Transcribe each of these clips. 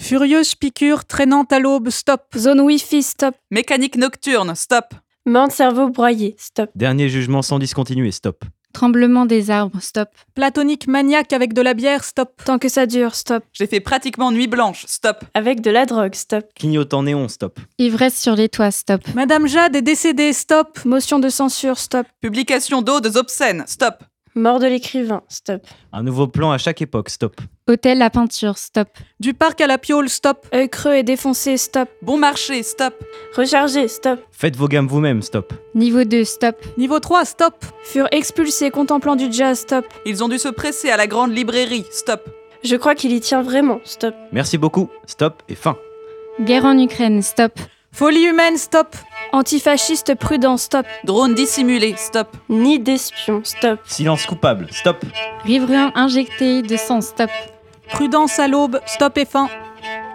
Furieuse piqûre traînante à l'aube, stop. Zone Wi-Fi, stop. Mécanique nocturne, stop. Main de cerveau broyé, stop. Dernier jugement sans discontinuer, stop. Tremblement des arbres, stop. Platonique maniaque avec de la bière, stop. Tant que ça dure, stop. J'ai fait pratiquement nuit blanche, stop. Avec de la drogue, stop. Clignotant néon, stop. Ivresse sur les toits, stop. Madame Jade est décédée, stop. Motion de censure, stop. Publication d'odes obscènes, stop. Mort de l'écrivain, stop. Un nouveau plan à chaque époque, stop. Hôtel à peinture, stop. Du parc à la piole, stop. Œil creux et défoncé, stop. Bon marché, stop. Recharger, stop. Faites vos gammes vous-même, stop. Niveau 2, stop. Niveau 3, stop. Furent expulsés contemplant du jazz, stop. Ils ont dû se presser à la grande librairie, stop. Je crois qu'il y tient vraiment, stop. Merci beaucoup, stop et fin. Guerre en Ukraine, stop. Folie humaine, stop. Antifasciste prudent, stop. Drone dissimulé, stop. Nid d'espion, stop. Silence coupable, stop. Riverain injecté de sang, stop. Prudence à l'aube, stop et fin.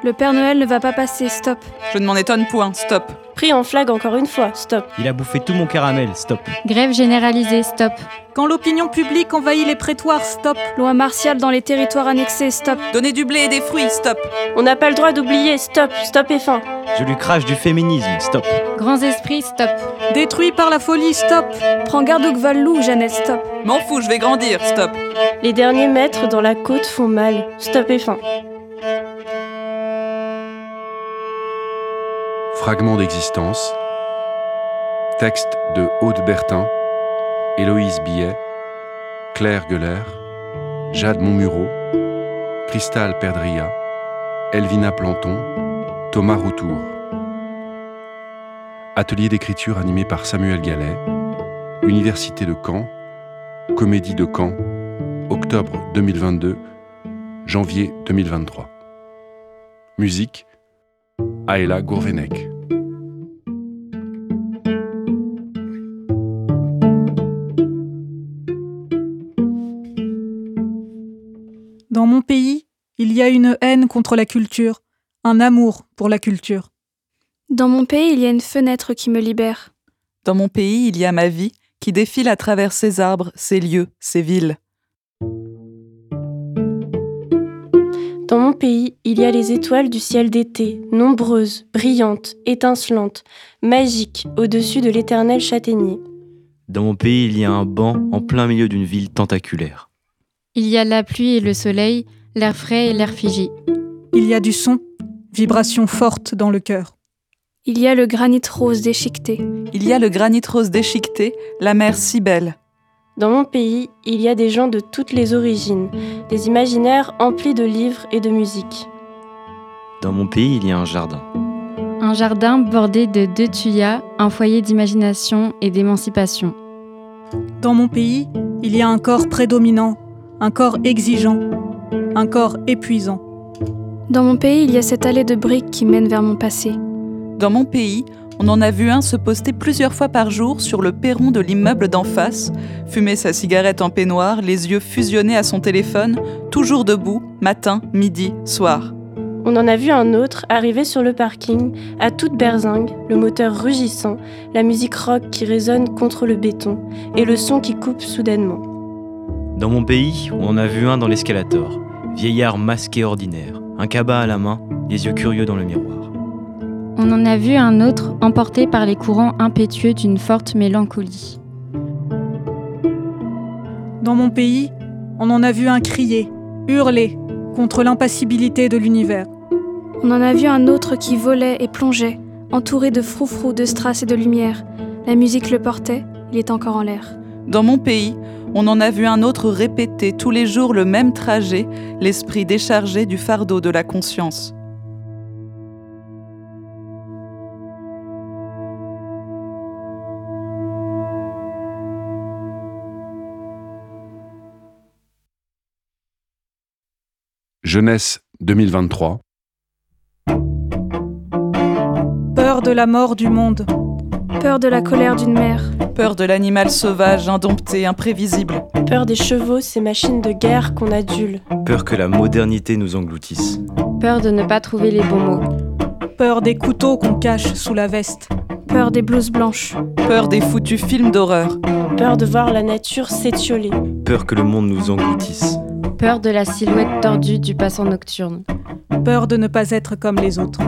Le Père Noël ne va pas passer, stop. Je ne m'en étonne point, stop. Pris en flag encore une fois, stop. Il a bouffé tout mon caramel, stop. Grève généralisée, stop. Quand l'opinion publique envahit les prétoires, stop. Loi martiale dans les territoires annexés, stop. Donner du blé et des fruits, stop. On n'a pas le droit d'oublier, stop, stop et fin. Je lui crache du féminisme, stop. Grands esprits, stop. Détruit par la folie, stop. Prends garde au vol loup, Jeannette, stop. M'en fous, je vais grandir, stop. Les derniers mètres dans la côte font mal, stop et fin. Fragment d'existence. Texte de Aude Bertin, Héloïse Billet, Claire Gueuler, Jade Montmureau, Cristal Perdria, Elvina Planton, Thomas Routour. Atelier d'écriture animé par Samuel Gallet, Université de Caen, Comédie de Caen, octobre 2022, janvier 2023. Musique Aïla Gourvenec. Dans mon pays, il y a une haine contre la culture, un amour pour la culture. Dans mon pays, il y a une fenêtre qui me libère. Dans mon pays, il y a ma vie qui défile à travers ses arbres, ses lieux, ses villes. Dans mon pays, il y a les étoiles du ciel d'été, nombreuses, brillantes, étincelantes, magiques, au-dessus de l'éternel châtaignier. Dans mon pays, il y a un banc en plein milieu d'une ville tentaculaire. Il y a la pluie et le soleil, l'air frais et l'air figé. Il y a du son, vibration forte dans le cœur. Il y a le granit rose déchiqueté. Il y a le granit rose déchiqueté, la mer si belle. Dans mon pays, il y a des gens de toutes les origines, des imaginaires emplis de livres et de musique. Dans mon pays, il y a un jardin. Un jardin bordé de deux tuyas, un foyer d'imagination et d'émancipation. Dans mon pays, il y a un corps prédominant, un corps exigeant, un corps épuisant. Dans mon pays, il y a cette allée de briques qui mène vers mon passé. Dans mon pays, on en a vu un se poster plusieurs fois par jour sur le perron de l'immeuble d'en face, fumer sa cigarette en peignoir, les yeux fusionnés à son téléphone, toujours debout, matin, midi, soir. On en a vu un autre arriver sur le parking, à toute berzingue, le moteur rugissant, la musique rock qui résonne contre le béton et le son qui coupe soudainement. Dans mon pays, on en a vu un dans l'escalator. Vieillard masqué ordinaire, un cabas à la main, les yeux curieux dans le miroir. On en a vu un autre emporté par les courants impétueux d'une forte mélancolie. Dans mon pays, on en a vu un crier, hurler, contre l'impassibilité de l'univers. On en a vu un autre qui volait et plongeait, entouré de froufrous, de strass et de lumière. La musique le portait, il est encore en l'air. Dans mon pays, on en a vu un autre répéter tous les jours le même trajet, l'esprit déchargé du fardeau de la conscience. Jeunesse 2023. Peur de la mort du monde, Peur de la colère d'une mère. Peur de l'animal sauvage, indompté, imprévisible. Peur des chevaux, ces machines de guerre qu'on adule. Peur que la modernité nous engloutisse. Peur de ne pas trouver les bons mots. peur des couteaux qu'on cache sous la veste, Peur des blouses blanches. Peur des foutus films d'horreur. Peur de voir la nature s'étioler. Peur que le monde nous engloutisse. Peur de la silhouette tordue du passant nocturne. peur de ne pas être comme les autres.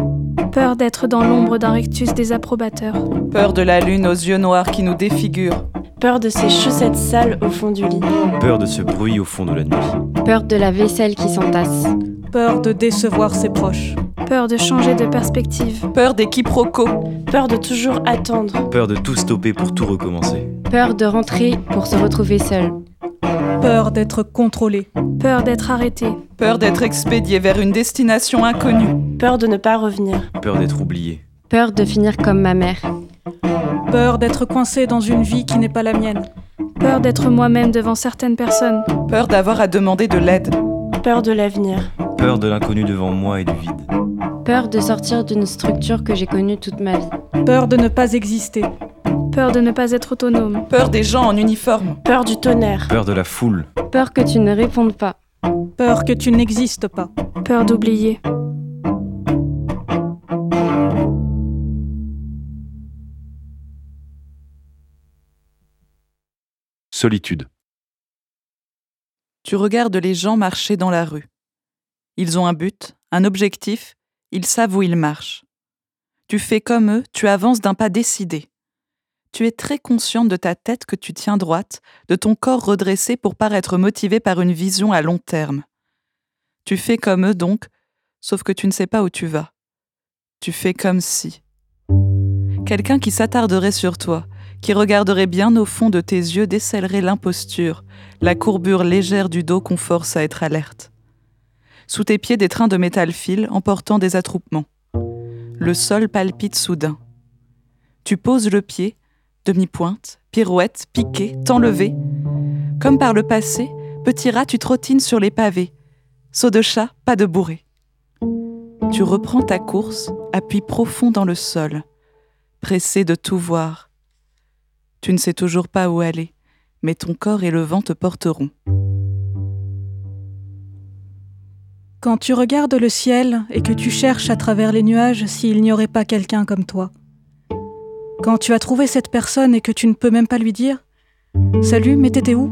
Peur d'être dans l'ombre d'un rectus désapprobateur. Peur de la lune aux yeux noirs qui nous défigure. Peur de ces chaussettes sales au fond du lit. Peur de ce bruit au fond de la nuit. Peur de la vaisselle qui s'entasse. Peur de décevoir ses proches. Peur de changer de perspective. Peur des quiproquos. Peur de toujours attendre. Peur de tout stopper pour tout recommencer. Peur de rentrer pour se retrouver seul. Peur d'être contrôlé. Peur d'être arrêté. Peur d'être expédié vers une destination inconnue. Peur de ne pas revenir. Peur d'être oublié. Peur de finir comme ma mère. Peur d'être coincé dans une vie qui n'est pas la mienne. Peur d'être moi-même devant certaines personnes. Peur d'avoir à demander de l'aide. Peur de l'avenir. Peur de l'inconnu devant moi et du vide. Peur de sortir d'une structure que j'ai connue toute ma vie. Peur de ne pas exister. Peur de ne pas être autonome. Peur des gens en uniforme. Peur du tonnerre. Peur de la foule. Peur que tu ne répondes pas. Peur que tu n'existes pas. Peur d'oublier. Solitude. Tu regardes les gens marcher dans la rue. Ils ont un but, un objectif, ils savent où ils marchent. Tu fais comme eux, tu avances d'un pas décidé. Tu es très consciente de ta tête que tu tiens droite, de ton corps redressé pour paraître motivé par une vision à long terme. Tu fais comme eux donc, sauf que tu ne sais pas où tu vas. Tu fais comme si. Quelqu'un qui s'attarderait sur toi, qui regarderait bien au fond de tes yeux décèlerait l'imposture, la courbure légère du dos qu'on force à être alerte. Sous tes pieds, des trains de métal filent, emportant des attroupements. Le sol palpite soudain. Tu poses le pied, demi-pointe, pirouette, piqué, t'enlever. Comme par le passé, petit rat, tu trottines sur les pavés. Saut de chat, pas de bourré. Tu reprends ta course, appui profond dans le sol, pressé de tout voir. Tu ne sais toujours pas où aller, mais ton corps et le vent te porteront. Quand tu regardes le ciel et que tu cherches à travers les nuages s'il n'y aurait pas quelqu'un comme toi. Quand tu as trouvé cette personne et que tu ne peux même pas lui dire Salut, mais t'étais où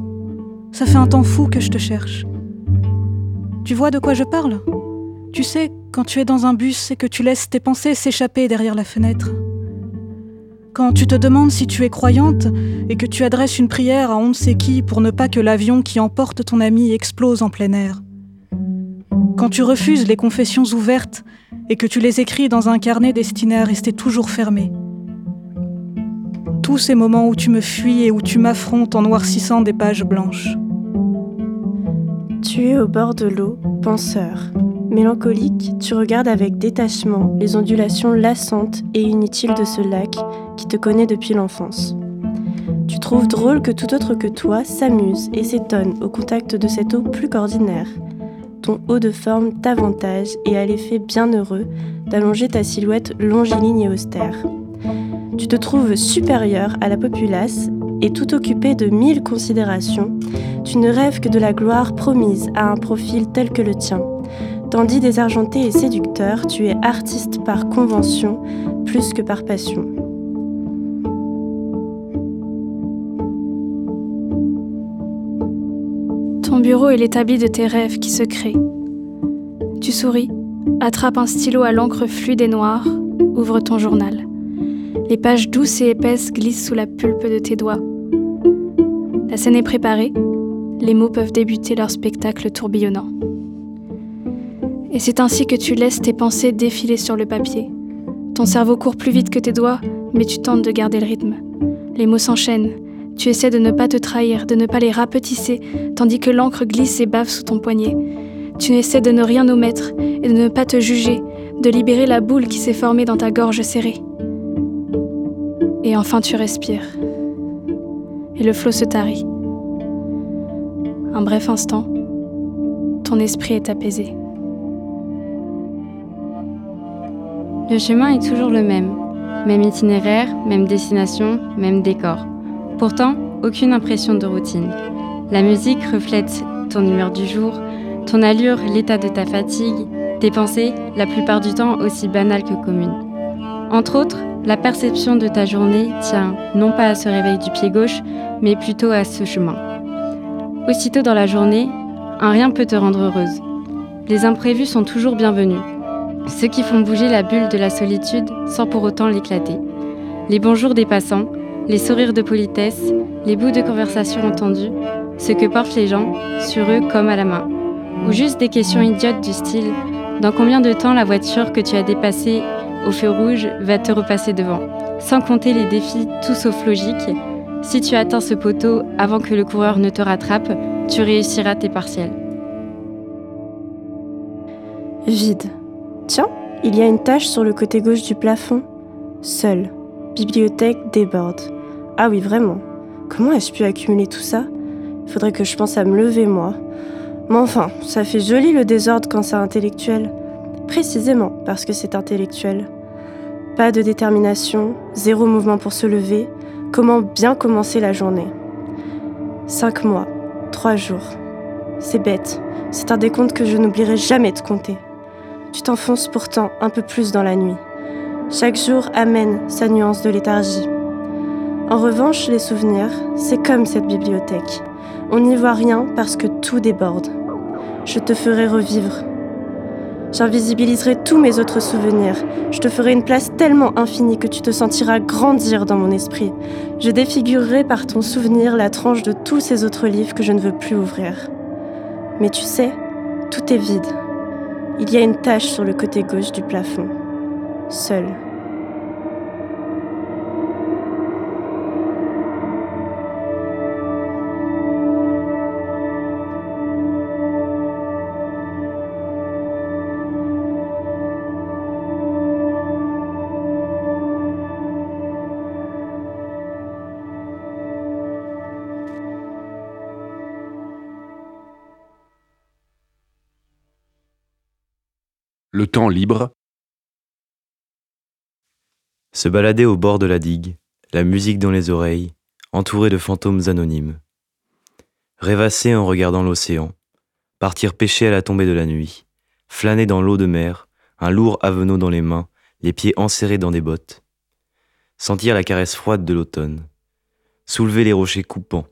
Ça fait un temps fou que je te cherche. Tu vois de quoi je parle Tu sais, quand tu es dans un bus et que tu laisses tes pensées s'échapper derrière la fenêtre. Quand tu te demandes si tu es croyante et que tu adresses une prière à on ne sait qui pour ne pas que l'avion qui emporte ton ami explose en plein air. Quand tu refuses les confessions ouvertes et que tu les écris dans un carnet destiné à rester toujours fermé. Tous ces moments où tu me fuis et où tu m'affrontes en noircissant des pages blanches. Tu es au bord de l'eau, penseur. Mélancolique, tu regardes avec détachement les ondulations lassantes et inutiles de ce lac qui te connaît depuis l'enfance. Tu trouves drôle que tout autre que toi s'amuse et s'étonne au contact de cette eau plus qu'ordinaire. Ton haut de forme t'avantage et a l'effet bienheureux d'allonger ta silhouette longiligne et austère. Tu te trouves supérieur à la populace et tout occupé de mille considérations, tu ne rêves que de la gloire promise à un profil tel que le tien. Tandis désargenté et séducteur, tu es artiste par convention plus que par passion. Ton bureau est l'établi de tes rêves qui se créent. Tu souris, attrapes un stylo à l'encre fluide et noire, ouvre ton journal. Les pages douces et épaisses glissent sous la pulpe de tes doigts. La scène est préparée, les mots peuvent débuter leur spectacle tourbillonnant. Et c'est ainsi que tu laisses tes pensées défiler sur le papier. Ton cerveau court plus vite que tes doigts, mais tu tentes de garder le rythme. Les mots s'enchaînent, tu essaies de ne pas te trahir, de ne pas les rapetisser, tandis que l'encre glisse et bave sous ton poignet. Tu essaies de ne rien omettre et de ne pas te juger, de libérer la boule qui s'est formée dans ta gorge serrée. Et enfin tu respires. Et le flot se tarit. Un bref instant, ton esprit est apaisé. Le chemin est toujours le même. Même itinéraire, même destination, même décor. Pourtant, aucune impression de routine. La musique reflète ton humeur du jour, ton allure, l'état de ta fatigue, tes pensées, la plupart du temps aussi banales que communes. Entre autres, la perception de ta journée tient non pas à ce réveil du pied gauche, mais plutôt à ce chemin. Aussitôt dans la journée, un rien peut te rendre heureuse. Les imprévus sont toujours bienvenus, ceux qui font bouger la bulle de la solitude sans pour autant l'éclater. Les bonjours des passants, les sourires de politesse, les bouts de conversation entendus, ce que portent les gens, sur eux comme à la main. Ou juste des questions idiotes du style Dans combien de temps la voiture que tu as dépassée au feu rouge va te repasser devant Sans compter les défis tout sauf logiques. Si tu atteins ce poteau avant que le coureur ne te rattrape, tu réussiras tes partiels. Vide. Tiens, il y a une tache sur le côté gauche du plafond. Seul. Bibliothèque déborde. Ah oui, vraiment. Comment ai-je pu accumuler tout ça Faudrait que je pense à me lever, moi. Mais enfin, ça fait joli le désordre quand c'est intellectuel. Précisément parce que c'est intellectuel. Pas de détermination, zéro mouvement pour se lever. Comment bien commencer la journée Cinq mois, trois jours. C'est bête. C'est un décompte que je n'oublierai jamais de compter. Tu t'enfonces pourtant un peu plus dans la nuit. Chaque jour amène sa nuance de léthargie. En revanche, les souvenirs, c'est comme cette bibliothèque. On n'y voit rien parce que tout déborde. Je te ferai revivre. J'invisibiliserai tous mes autres souvenirs. Je te ferai une place tellement infinie que tu te sentiras grandir dans mon esprit. Je défigurerai par ton souvenir la tranche de tous ces autres livres que je ne veux plus ouvrir. Mais tu sais, tout est vide. Il y a une tache sur le côté gauche du plafond. Seul. Le temps libre, Se balader au bord de la digue, la musique dans les oreilles, entouré de fantômes anonymes. Rêvasser en regardant l'océan, partir pêcher à la tombée de la nuit, flâner dans l'eau de mer, un lourd avenot dans les mains, les pieds enserrés dans des bottes. Sentir la caresse froide de l'automne. Soulever les rochers coupants,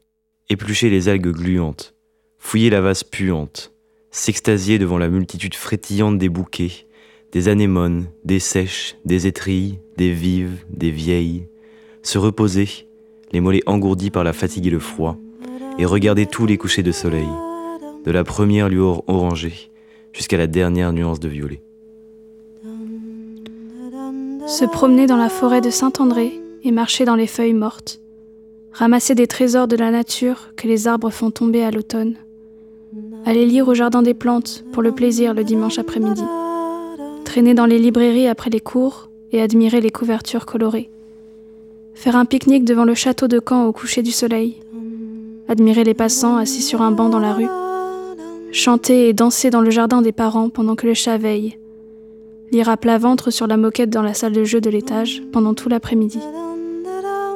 éplucher les algues gluantes, fouiller la vase puante, s'extasier devant la multitude frétillante des bouquets, des anémones, des sèches, des étrilles, des vives, des vieilles, se reposer, les mollets engourdis par la fatigue et le froid, et regarder tous les couchers de soleil, de la première lueur orangée jusqu'à la dernière nuance de violet. Se promener dans la forêt de Saint-André et marcher dans les feuilles mortes. Ramasser des trésors de la nature que les arbres font tomber à l'automne. Aller lire au jardin des plantes pour le plaisir le dimanche après-midi. Traîner dans les librairies après les cours et admirer les couvertures colorées. Faire un pique-nique devant le château de Caen au coucher du soleil. Admirer les passants assis sur un banc dans la rue. Chanter et danser dans le jardin des parents pendant que le chat veille. Lire à plat ventre sur la moquette dans la salle de jeu de l'étage pendant tout l'après-midi.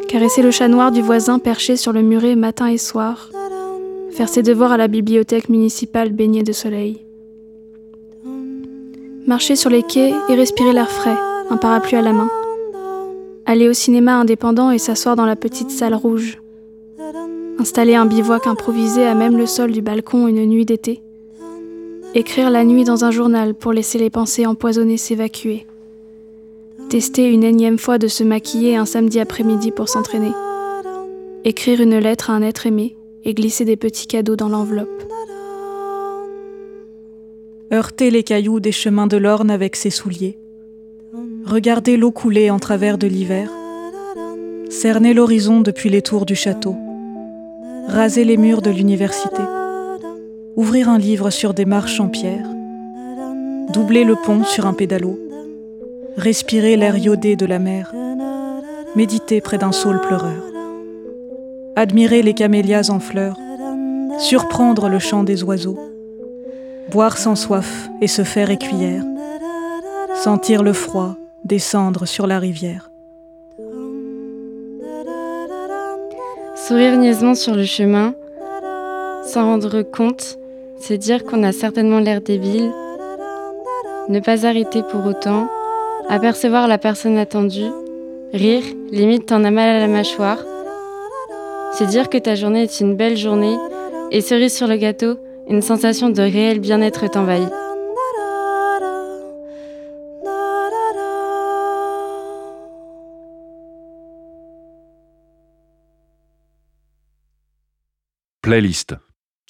Caresser le chat noir du voisin perché sur le muret matin et soir. Faire ses devoirs à la bibliothèque municipale baignée de soleil. Marcher sur les quais et respirer l'air frais, un parapluie à la main. Aller au cinéma indépendant et s'asseoir dans la petite salle rouge. Installer un bivouac improvisé à même le sol du balcon une nuit d'été. Écrire la nuit dans un journal pour laisser les pensées empoisonnées s'évacuer. Tester une énième fois de se maquiller un samedi après-midi pour s'entraîner. Écrire une lettre à un être aimé et glisser des petits cadeaux dans l'enveloppe. Heurter les cailloux des chemins de l'Orne avec ses souliers. Regarder l'eau couler en travers de l'hiver. Cerner l'horizon depuis les tours du château. Raser les murs de l'université. Ouvrir un livre sur des marches en pierre. Doubler le pont sur un pédalo. Respirer l'air iodé de la mer. Méditer près d'un saule pleureur. Admirer les camélias en fleurs. Surprendre le chant des oiseaux. Boire sans soif et se faire écuyère. Sentir le froid descendre sur la rivière. Sourire niaisement sur le chemin, s'en rendre compte, se dire qu'on a certainement l'air débile, ne pas arrêter pour autant, apercevoir la personne attendue, rire, limite t'en as mal à la mâchoire, se dire que ta journée est une belle journée et cerise sur le gâteau, une sensation de réel bien-être t'envahit. playlist.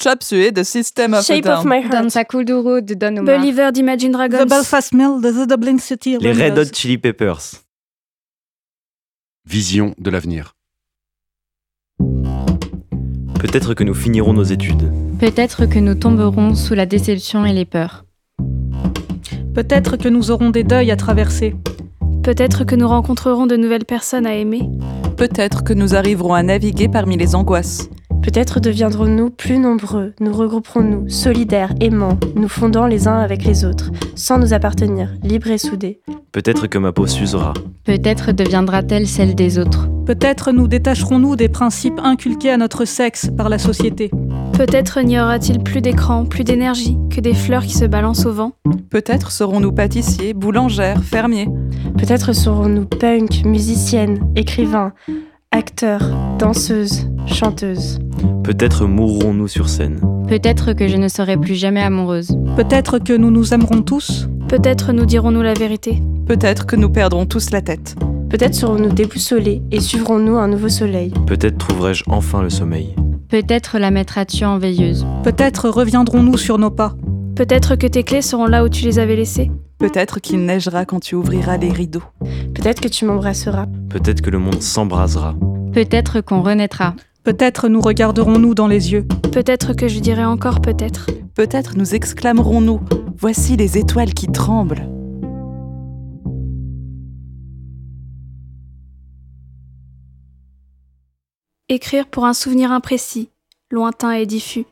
Chop Suey de System of a Shape of Down. my heart. Danza Kuduro de Don Omar. Believer d'Imagine Dragons. The Belfast Mill de The Dublin City. Les Red Rounders. Hot Chili Peppers. Vision de l'avenir. Peut-être que nous finirons nos études. Peut-être que nous tomberons sous la déception et les peurs. Peut-être que nous aurons des deuils à traverser. Peut-être que nous rencontrerons de nouvelles personnes à aimer. Peut-être que nous arriverons à naviguer parmi les angoisses. Peut-être deviendrons-nous plus nombreux, nous regrouperons-nous, solidaires, aimants, nous fondant les uns avec les autres, sans nous appartenir, libres et soudés. Peut-être que ma peau s'usera. Peut-être deviendra-t-elle celle des autres. Peut-être nous détacherons-nous des principes inculqués à notre sexe par la société. Peut-être n'y aura-t-il plus d'écran, plus d'énergie que des fleurs qui se balancent au vent. Peut-être serons-nous pâtissiers, boulangères, fermiers. Peut-être serons-nous punk, musiciennes, écrivains, acteurs, danseuses, chanteuses. Peut-être mourrons-nous sur scène. Peut-être que je ne serai plus jamais amoureuse. Peut-être que nous nous aimerons tous. Peut-être nous dirons-nous la vérité. Peut-être que nous perdrons tous la tête. Peut-être serons-nous déboussolés et suivrons-nous un nouveau soleil. Peut-être trouverai-je enfin le sommeil. Peut-être la mettras-tu en veilleuse. Peut-être reviendrons-nous sur nos pas. Peut-être que tes clés seront là où tu les avais laissées. Peut-être qu'il neigera quand tu ouvriras les rideaux. Peut-être que tu m'embrasseras. Peut-être que le monde s'embrasera. Peut-être qu'on renaîtra. Peut-être nous regarderons-nous dans les yeux. Peut-être que je dirai encore peut-être. Peut-être nous exclamerons-nous Voici les étoiles qui tremblent. Écrire pour un souvenir imprécis, lointain et diffus.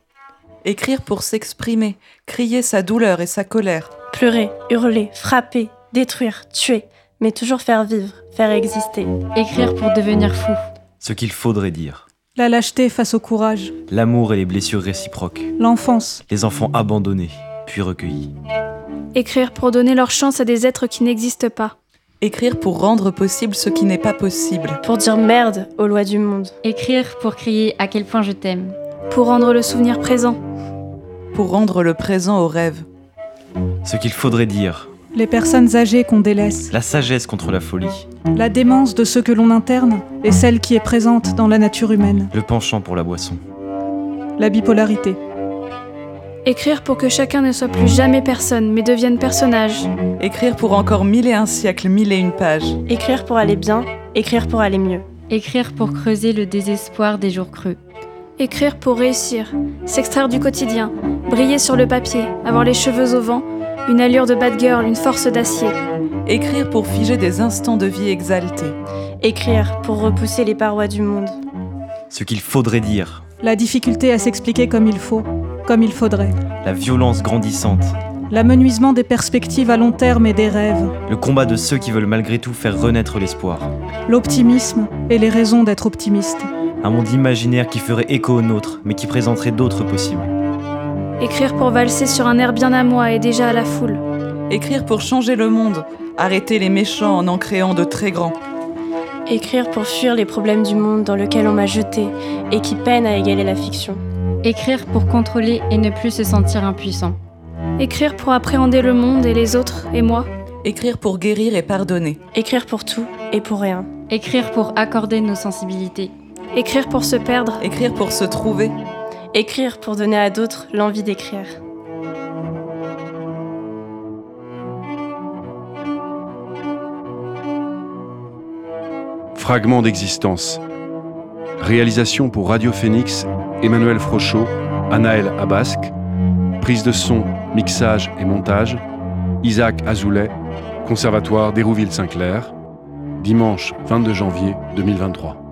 Écrire pour s'exprimer, crier sa douleur et sa colère. Pleurer, hurler, frapper, détruire, tuer, mais toujours faire vivre, faire exister. Écrire pour devenir fou. Ce qu'il faudrait dire. La lâcheté face au courage. L'amour et les blessures réciproques. L'enfance. Les enfants abandonnés, puis recueillis. Écrire pour donner leur chance à des êtres qui n'existent pas. Écrire pour rendre possible ce qui n'est pas possible. Pour dire merde aux lois du monde. Écrire pour crier à quel point je t'aime. Pour rendre le souvenir présent. Pour rendre le présent au rêve. Ce qu'il faudrait dire. Les personnes âgées qu'on délaisse. La sagesse contre la folie. La démence de ceux que l'on interne et celle qui est présente dans la nature humaine. Le penchant pour la boisson. La bipolarité. Écrire pour que chacun ne soit plus jamais personne, mais devienne personnage. Écrire pour encore mille et un siècles, mille et une pages. Écrire pour aller bien, écrire pour aller mieux. Écrire pour creuser le désespoir des jours creux. Écrire pour réussir, s'extraire du quotidien, briller sur le papier, avoir les cheveux au vent, une allure de bad girl, une force d'acier. Écrire pour figer des instants de vie exaltés. Écrire pour repousser les parois du monde. Ce qu'il faudrait dire. La difficulté à s'expliquer comme il faut, comme il faudrait. La violence grandissante. L'amenuisement des perspectives à long terme et des rêves. Le combat de ceux qui veulent malgré tout faire renaître l'espoir. L'optimisme et les raisons d'être optimiste. Un monde imaginaire qui ferait écho au nôtre, mais qui présenterait d'autres possibles. Écrire pour valser sur un air bien à moi et déjà à la foule. Écrire pour changer le monde. Arrêter les méchants en en créant de très grands. Écrire pour fuir les problèmes du monde dans lequel on m'a jeté et qui peinent à égaler la fiction. Écrire pour contrôler et ne plus se sentir impuissant. Écrire pour appréhender le monde et les autres et moi. Écrire pour guérir et pardonner. Écrire pour tout et pour rien. Écrire pour accorder nos sensibilités. Écrire pour se perdre. Écrire pour se trouver. Écrire pour donner à d'autres l'envie d'écrire. Fragment d'existence. Réalisation pour Radio Phoenix, Emmanuel Frochot, Anaël Abasque. Prise de son, mixage et montage, Isaac Azoulay, Conservatoire d'Hérouville-Saint-Clair. Dimanche 22 janvier 2023.